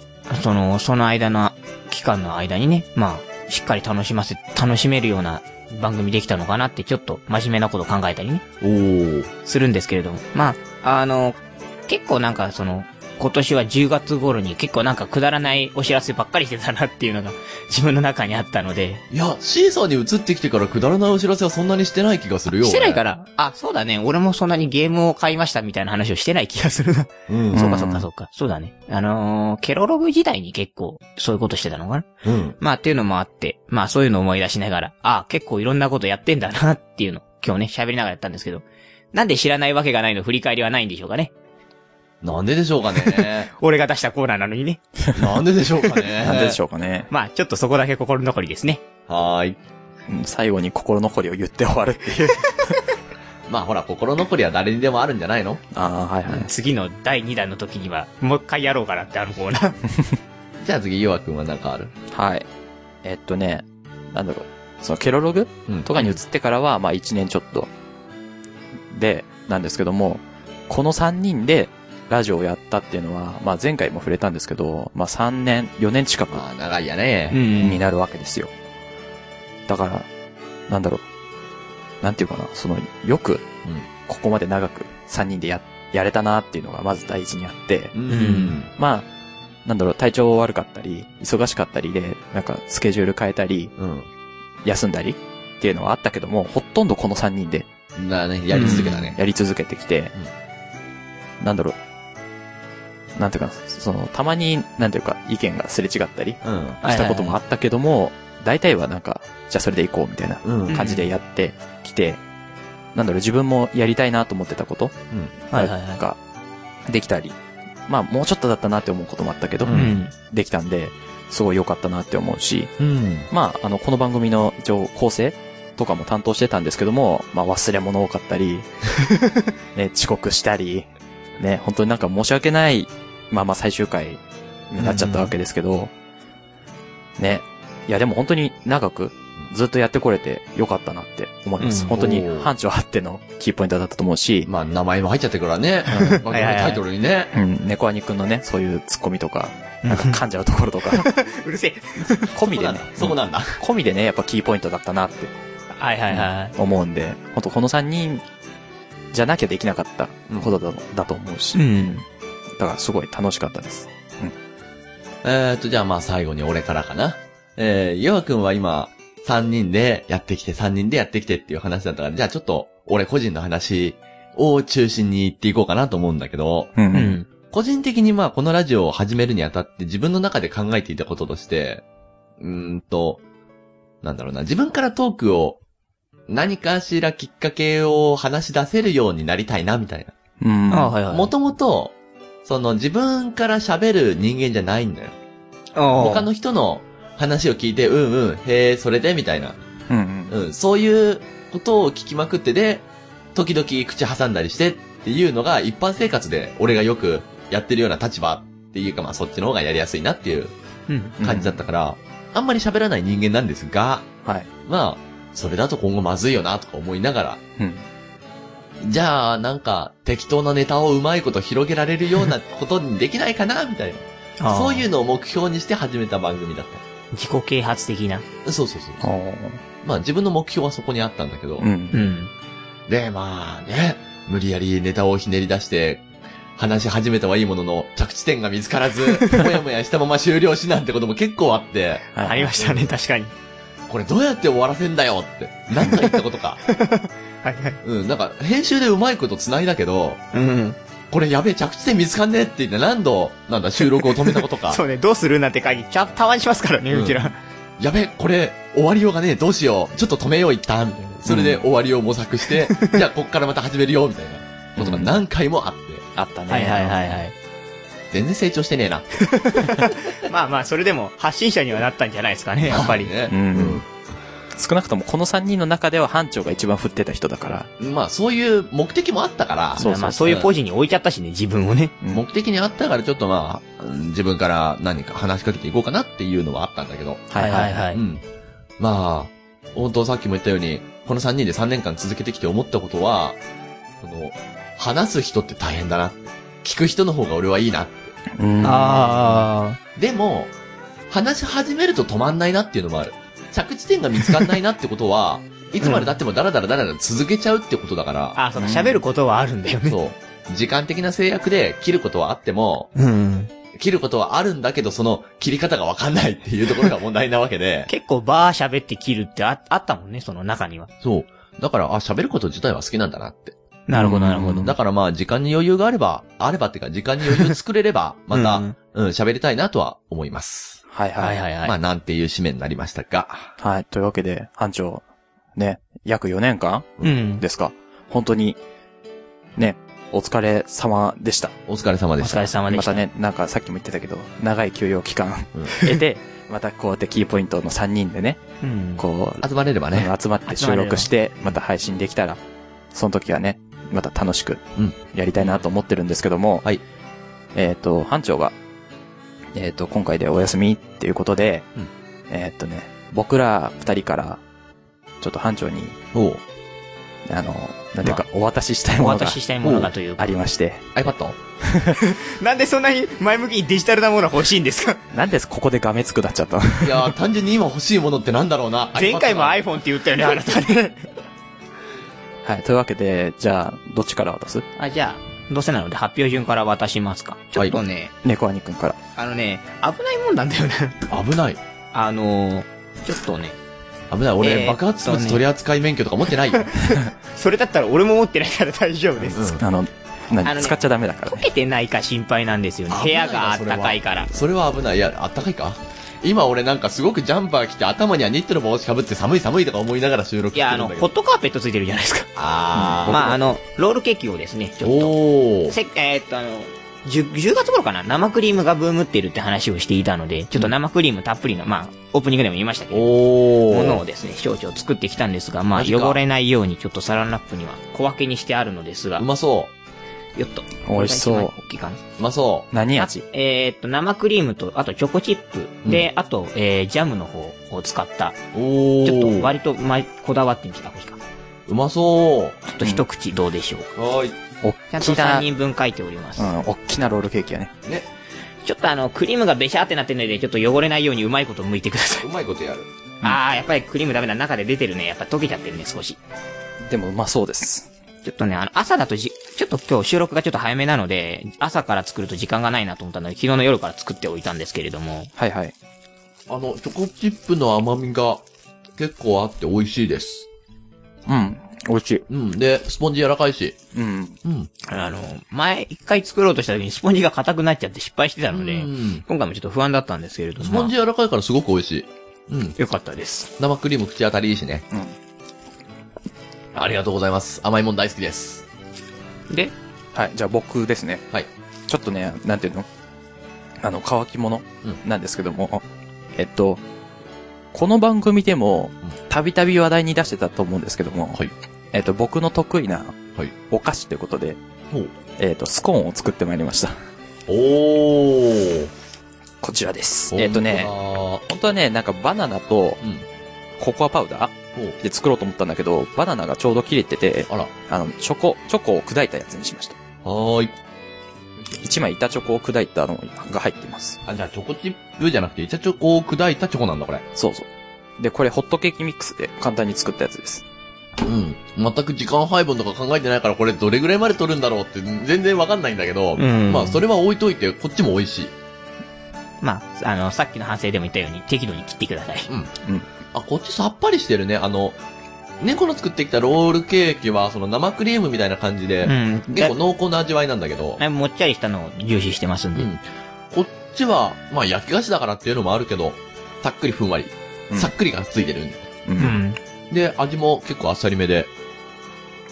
その、その間の、期間の間にね、まあ、しっかり楽しませ、楽しめるような番組できたのかなってちょっと真面目なこと考えたりね、
おー。
するんですけれども。まあ、あの、結構なんかその、今年は10月頃に結構なんかくだらないお知らせばっかりしてたなっていうのが 自分の中にあったので。
いや、シーサーに移ってきてからくだらないお知らせはそんなにしてない気がするよ。。
してないからら、あ、そうだね、俺もそんなにゲームを買いましたみたいな話をしてない気がするな。
うん。
そうかそうかそうか。そうだね。あのーケロログ時代に結構そういうことしてたのかな
うん。
まあっていうのもあって、まあそういうのを思い出しながら、ああ、結構いろんなことやってんだなっていうの、今日ね、喋りながらやったんですけど、なんで知らないわけがないの振り返りはないんでしょうかね。
なんででしょうか ね。
俺が出したコーナーなのにね。
なんででしょうかね。
なんででし
ょ
ょうかね。
まあちょっとそこだけ心残りですね。
う。はーい。
うん最後に心残りを言って終わるっていう。
まあほら、心残りは誰にでもあるんじゃないの
ああ、はいはい。
次の第2弾の時には、もう一回やろうかなってあのコーナー。
じゃあ次、ゆわくんはなんかある
はい。えっとね、なんだろう。そのケロログ
うん
とかに移ってからは、まあ1年ちょっと。で、なんですけども、この3人でラジオをやったっていうのは、まあ前回も触れたんですけど、まあ3年、4年近く
まあ、長いやね。
ん
になるわけですよ。だから、なんだろう。なんていうかな、その、よく、ここまで長く3人でや、やれたなっていうのがまず第一にあって、
うん。
ん
まあ、なんだろう、体調悪かったり、忙しかったりで、なんかスケジュール変えたり、
うん。
休んだりっていうのはあったけども、ほとんどこの3人で
うん。だね、やり続けたね。
やり続けてきて、なんだろう、なんていうか、その、たまに、なんていうか、意見がすれ違ったり
うん。
したこともあったけども、大体はなんか、じゃあそれで行こうみたいな
うん。
感じでやってきて、なんだろう、自分もやりたいなと思ってたこと
はいはいはい。
ができたり、まあ、もうちょっとだったなって思うこともあったけど、
うん。
できたんで、すごい良かったなって思うし、
うん。
まあ、あの、この番組の一応構成とかも担当してたんですけども、まあ、忘れ物多かったり、ね、遅刻したり、ね、本当になんか申し訳ない、まあまあ最終回になっちゃったわけですけど、ね、いやでも本当に長くずっとやってこれて良かったなって思います。
うん
本当に
おー
班長あってのキーポイントだったと思うし、
まあ、名前も入っちゃってるからね。番 組のタイトルにね。
うん、猫アニくんのね、そういうツッコミとか、なんか噛んじゃうところとか、
うるせえ。
込みでね、
そこなんだ。
込みでね、やっぱキーポイントだったなって
はいはいはい。
思うんで、本当この3人じゃなきゃできなかったことだ,、だと思うし、
ん。
だからすごい楽しかったです。
えーっと、じゃあまあ最後に俺からかな。えー、ゆわくんは今、三人でやってきて、三人でやってきてっていう話だったから、じゃあちょっと、俺個人の話を中心に言っていこうかなと思うんだけど、
う
う。ん。
個人的にまあこのラジオを始めるにあたって自分の中で考えていたこととして、うーんと、なんだろうな、自分からトークを何かしらきっかけを話し出せるようになりたいな、みたい
うん。
ああ、はいは
な。
い。
もともと、その自分から喋る人間じゃないんだよ。他
他、
の人の話を聞いて、うんうん、へえ、それで、みたいな。
うんうん。
うん、そういうことを聞きまくってで、時々口挟んだりしてっていうのが一般生活で俺がよくやってるような立場っていうかまあそっちの方がやりやすいなっていう
うん。。
感じだったから、あんまり喋らない人間なんですが、
はい。
まあ、それだと今後まずいよなとか思いながら、
うん。
じゃあなんか適当なネタをうまいこと広げられるようなことにできないかなみたいな。そういううのを目標にして始めた番組だっ
自己啓発的な。
た。そうそうそう。
おー
まあ自分の目標はそこにあったんだけど、
うん。
ん。
で、まあね、無理やりネタをひねり出して、話し始めたはいいものの、着地点が見つから ず、もやもやしたまま終了しなんてことも結構あって、
はい
ありましたね、確かに。
これどうやって終わらせんだよって、何回言ったこ とか。
はいはい。
うん、なんか、編集でうまいこと繋いだけど、
うん。
これやべえ着地点見つかんねえって言って何度、なんだ、収録を止めたこと か。
そうね、どうするなんて会議、ちゃ、たまにしますからね、
うん
うちら。
やべえ、これ、終わりようがねえ、どうしよう。ちょっと止めよう、一旦。みたいなそれで終わりを模 索して、じゃあこっからまた始めるよ、みたいなことが何回もあって、
あったね。
はいはいはいはい。
全然成長してねえ な。
まあまあ、それでも発信者にはなったんじゃないですかね、やっぱり。
ね。
うん。少なくともこの3人の中では班長が一番振ってた人だから。
まあ、そういう目的もあったから、
そうまあ、そういうポジに置いちゃったしね、自分をね。
うん
目的にあったから、ちょっとまあ、うん自分から何か話しかけていこうかなっていうのはあったんだけど、
はいはいはい。
は
う。ん。まあ、本当さっきも言ったように、この3人で3年間続けてきて思ったことは、その、話す人って大変だな。聞く人の方が俺はいいな。
うん
あ
でも、話し始めると止まんないなっていうのもある。着地点が見つかんないなってことは、いつまで経ってもダラダラダラダラ続けちゃうってことだから、
あ。あ、そうか、喋ることはあるんだよね。
そう。時間的な制約で切ることはあっても、
うん。。
切ることはあるんだけど、その切り方がわかんないっていうところが問題なわけで
結構バー喋って切るってああったもんね、その中には。
そう。だから、あ、喋ること自体は好きなんだなって。
なるほど、なるほ
う
ど。
ん
だからまあ、時間に余裕があれば、あればっていうか、時間に余裕作れれば、また、
う
うん
ん、
喋、りたいなとは思います。
はいは
はいい
はい。
はいはい。
まあ、なんていう締めになりましたが。
はい。というわけで、班長、ね、約4年間
うん。
ですか本当に、ね、お疲れ様でした。
お疲れ様
お
でし
疲
た。
れ様で
ま
した。
たね、なんかさっきも言ってたけど、長い休養期間
うん
得て、またこうやってキーポイントの3人でね、
うん。
こう、
集まれればね。
集まって収録して、また配信できたら、その時はね、また楽しく
うん、
やりたいなと思ってるんですけども、
はい
えっ、と、班長が、えっ、と、今回でお休みっていうことで、
うん
えっ、とね、僕ら二人から、ちょっと班長に、
おう。
あの、なんていうか、お渡ししたい
お
もの
渡
が
ししたいものがという
あ
か。
りまして、
iPad?
なんでそんなに前向きにデジタルなもの欲しいんですか
なんでここでがめつくなっちゃったの
いやー、単純に今欲しいものってなんだろうな。
前回も
iPad だ
iPhone って言ったよね、あなたね。
はい、というわけで、じゃあ、どっちから渡す
あ、じゃあ、どうせなので発表順から渡しますか。ちょっとね、
猫兄くんから。
あのね、危ないもんなんだよね。
危ない。
あのー、ちょっとね、
危ない。俺、
えー
爆発物取扱免許とか持っ てないよ。
それだったら俺も持ってないから大丈夫です。
うん
あの、何
あのね
使っちゃダメだから
溶
ね。
けてないか心配なんですよね。部屋があったかいから。
それは危ない。いや、あったかいか今俺なんかすごくジャンパー着て頭にはニットの帽子かぶって寒い寒いとか思いながら収録し
い
てるん
や、
だ
あ
けど。
の、ホットカーペットついてるじゃないですか。
あー。
まあ、あの、ロールケーキをですね、ちょっと。
おー。
せえーっと、あの、10, 10月頃かな生クリームがブームってるって話をしていたので、ちょっと生クリームたっぷりの、まあ、オープニングでも言いましたけど、
お
も
ー。
のをですね、少々作ってきたんですが、まあ、
マジか
汚れないようにちょっとサランラップには小分けにしてあるのですが
う、まそ
よっと。
美味しそう
これが一番大きいかな。
う。うまそ
何味
えーっと、生クリームと、あとチョコチップ、で、あと、えー、ジャムの方を使った、
う。おー。
ちょっと割と、ま、こだわってみてた方がいいか。ち
うまそう。
ょっと一口どうでしょうか。
はーい。
おっ
ちゃんと
きな、
3
うん、
人分書いております。
おっきなロールケーキやね。
ね、
ちょっとあの、クリームがべしゃーってなってるので、ちょっと汚れないようにうまいこと剥いてください。
うまいことやる。
あー、やっぱりクリームダメだ。中で出てるね。やっぱ溶けちゃってるね、少し。
でもうまそうです。
ちょっとね、あの、朝だとじ、ちょっと今日収録がちょっと早めなので、朝から作ると時間がないなと思ったので、昨日の夜から作っておいたんですけれども、
はいはい。
あの、チョコチップの甘みが結構あって美味しいです。
うん。美味しい。
うん。で、スポンジ柔らかいし。
うん。
うん。
あの、前一回作ろうとした時にスポンジが硬くなっちゃって失敗してたので、
うん
今回もちょっと不安だったんですけれども、
スポンジ
ま
柔らかいからすごく美味しい。うん
あ。よかったです。
生クリーム口当たりいいしね。
うん。
ありがとうございます。甘いもん大好きです。
で、
はい。じゃあ僕ですね。
はい。
ちょっとね、なんていうのあの、乾き物
う
なんですけども、えっと、この番組でも
う、
たびたび話題に出してたと思うんですけども、
はい
えっと、僕の得意な
はい、
お菓子ということで、
ほう
えっと、スコーンを作ってまいりました。
おー。
こちらです。えっとね、
ほんと
本当はね、なんかバナナ
だ、う
と
ん。
ココアパウダ
ほう
ーで作ろうと思ったんだけど、バナナがちょうど切れてて、
あら。
あの、チョコ、チョコを砕いたやつにしました。
はーい。
一枚板チョコを砕いたのが入ってます。
あ、じゃあチョコチップじゃなくて、イチャチョコを砕いたチョコなんだ、これ。
そうそう。で、これホットケーキミックスで簡単に作ったやつです。
うん。全く時間配分とか考えてないから、これどれぐらいまで取るんだろうって全然わかんないんだけど、
うん
まあ、それは置いといて、こっちも美味しい。
まあ、あの、さっきの反省でも言ったように、適度に切ってください。
あ、こっちさっぱりしてるね。あの、猫の作ってきたロールケーキは、その生クリームみたいな感じで、
うん。
結構濃厚な味わいなんだけど、
だもっちゃりしたのを重視してますん
う
で。
ん。こっちは、まあ焼き菓子だからっていうのもあるけど、さっくりふんわり
う。ん
さっくりがついてるんで。
う
う。ん。
で、味も結構あっさりめで、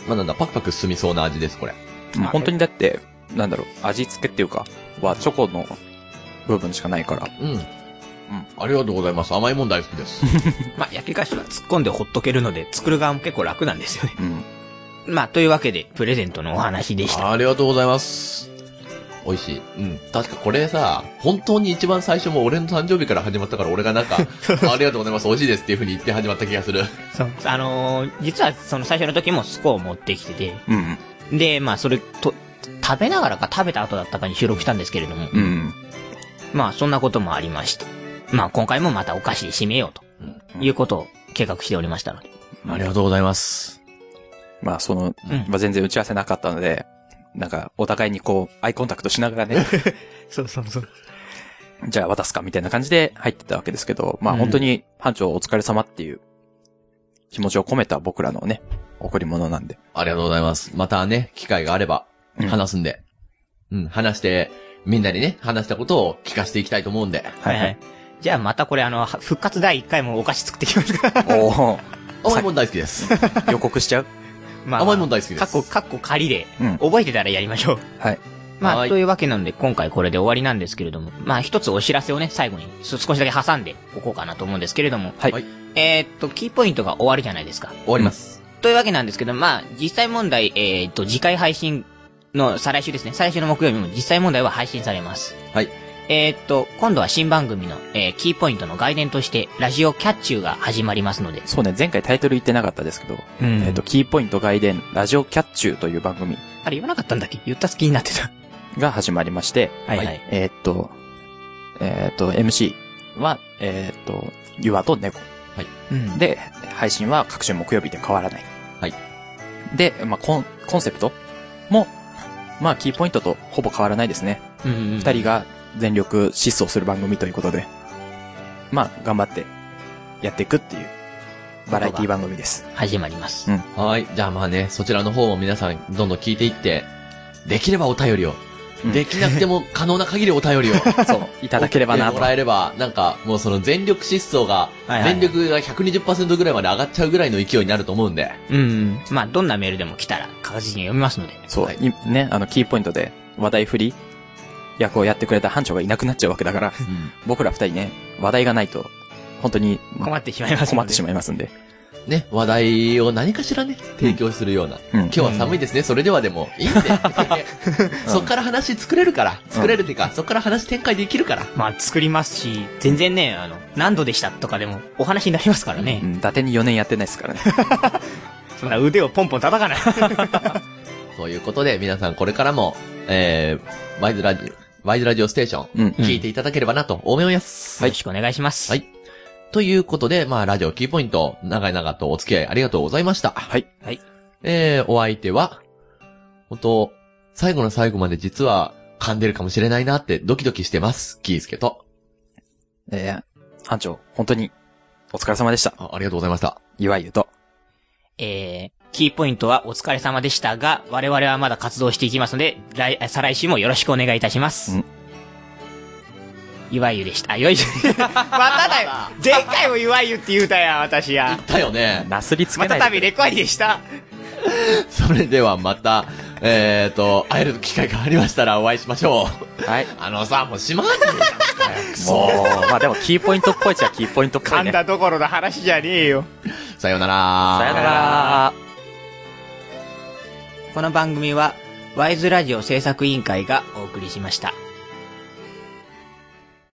まあなんだ、パクパク進みそうな味です、これ。
まあ本当にだって、なんだろう、味付けっていうか、はチョコの部分しかないから。
うん。ありがとうございます。甘いもん大好き です。
まあ、焼き菓子は突っ込んでほっとけるので、作る側も結構楽なんですよね。
うん。
まあ、というわけで、プレゼントのお話でした。
ありがとうございます。美味しい。うん。確かこれさ、本当に一番最初も俺の誕生日から始まったから、俺が なんか、ありがとうございます、美味しいですっていう風に言って始まった気がする。
そう。あのー実はその最初の時もスコアを持ってきてて、
うん。
で、まあ、それと、食べながらか食べた後だったかに収録したんですけれども、
うん。
まあ、そんなこともありまして、まあ、今回もまたお菓子で締めようと、いうことを計画しておりましたので。
ありがとうございます。
まあその、
うん
まあ全然打ち合わせなかったので、なんか、お互いにこう、アイコンタクトしなが らね、
そうそうそう。
じゃあ渡すかみたいな感じで入ってたわけですけど、まあ
うん
本当に班長お疲れ様っていう気持ちを込めた僕らのね、贈り物なんで。
ありがとうございます。またね、機会があれば、
うん
話すんで。うん、話して、みんなにね、話したことを聞かせていきたいと思うんで。
はいはい。じゃあ、またこれあの、復活第1回もお菓子作ってきます から。
おお
甘いもん大好きです。
予告しちゃう
ま
甘いもん大好きで
かっこ、
す。
かっこ仮で、
うん
覚えてたらやりましょう。
はい。
ま
は
あ、
い
というわけなので、今回これで終わりなんですけれども、まあ、一つお知らせをね、最後に、す少しだけ挟んでおこうかなと思うんですけれども、
はい
はい
えーっと、キーポイントが終わるじゃないですか。
終わります。
というわけなんですけど、まあ、実際問題、えっ、と、次回配信の再来週ですね。再来週の木曜日も実際問題は配信されます。
はい。
えっ、と、今度は新番組の、えーキーポイントの外伝として、ラジオキャッチューが始まりますので。
そうね、前回タイトル言ってなかったですけど、
うん
えっと、キーポイント外伝ラジオキャッチューという番組
あれ言わなかったんだっけ言った好きになってた。
が始まりまして、
はいはい
えーっと、えーっと、MC は、えーっと、ユアと猫。
うんで、
で、配信は各種木曜日で変わらない。
はい。
で、まあ、コン、コンセプトも、まあ、キーポイントとほぼ変わらないですね。
うんうん、
二、人が全力疾走する番組ということで、まあ、頑張ってやっていくっていう、バラエティ番組です。
始まります。
はい。じゃあまあね、そちらの方も皆さんどんどん聞いていって、できればお便りを。
うん
できなくても可能な限りお便 りを。
そう、いただければな
送って
と
も。らえれば、なんか、もうその全力疾走が、
はいはい
全力が120%ぐらいまで上がっちゃうぐらいの勢いになると思うんで。
うんうん。まあ、どんなメールでも来たら、確実に読みますので。
そう、
はい
いね、あの、キーポイントで話題振り役をやってくれた班長がいなくなっちゃうわけだ から、僕ら二人ね、話題がないと、本当に、ま
困ってしまいますので。
困ってしまいますんで。
ね、話題を何かしらね、提供するような。
うん
今日は寒いですね、それではでも、いいんで。 そっから話作れるから、作れるっていうか、そっから話展開できるから。
まあ、作りますし、全然ね、あの、何度でしたとかでもお話になりますからね
う。ん、伊達に4年やってないです からね。
そんな腕をポンポン叩かない。
ということで、皆さんこれからも、えー、ワイズラジオ、ワイズラジオステーション、
うん。
聞いていただければなと思います。
よろしくお願いします。
はいということで、まあ、ラジオキーポイント、長い々とお付き合いありがとうございました。
はい。
はい。
えー、お相手は、本当最後の最後まで実は、噛んでるかもしれないなってドキドキしてます。キースケと。
えー、班長、本当に、お疲れ様でした。
あありがとうございました。
岩井ゆと。
えー、キーポイントはお疲れ様でしたが、我々はまだ活動していきますので、来、再来週もよろしくお願いいたします。
うん
いわゆでした。あ、よい しょ。まただよ。前回もいわゆって言うたやん、私や。
だよね。
なすりつけ
ま
な
た
い
たびでこいでした。
それではまた、えーと、会える機会がありましたらお会いしましょう。
はい。
あのさ、もうしまんね
もう、まあでも、キーポイントっぽいっちゃキーポイントっぽいね。
どころの話じゃねえよ。
えよさようなら。
さよなら。
この番組は、ワイズラジオ制作委員会がお送りしました。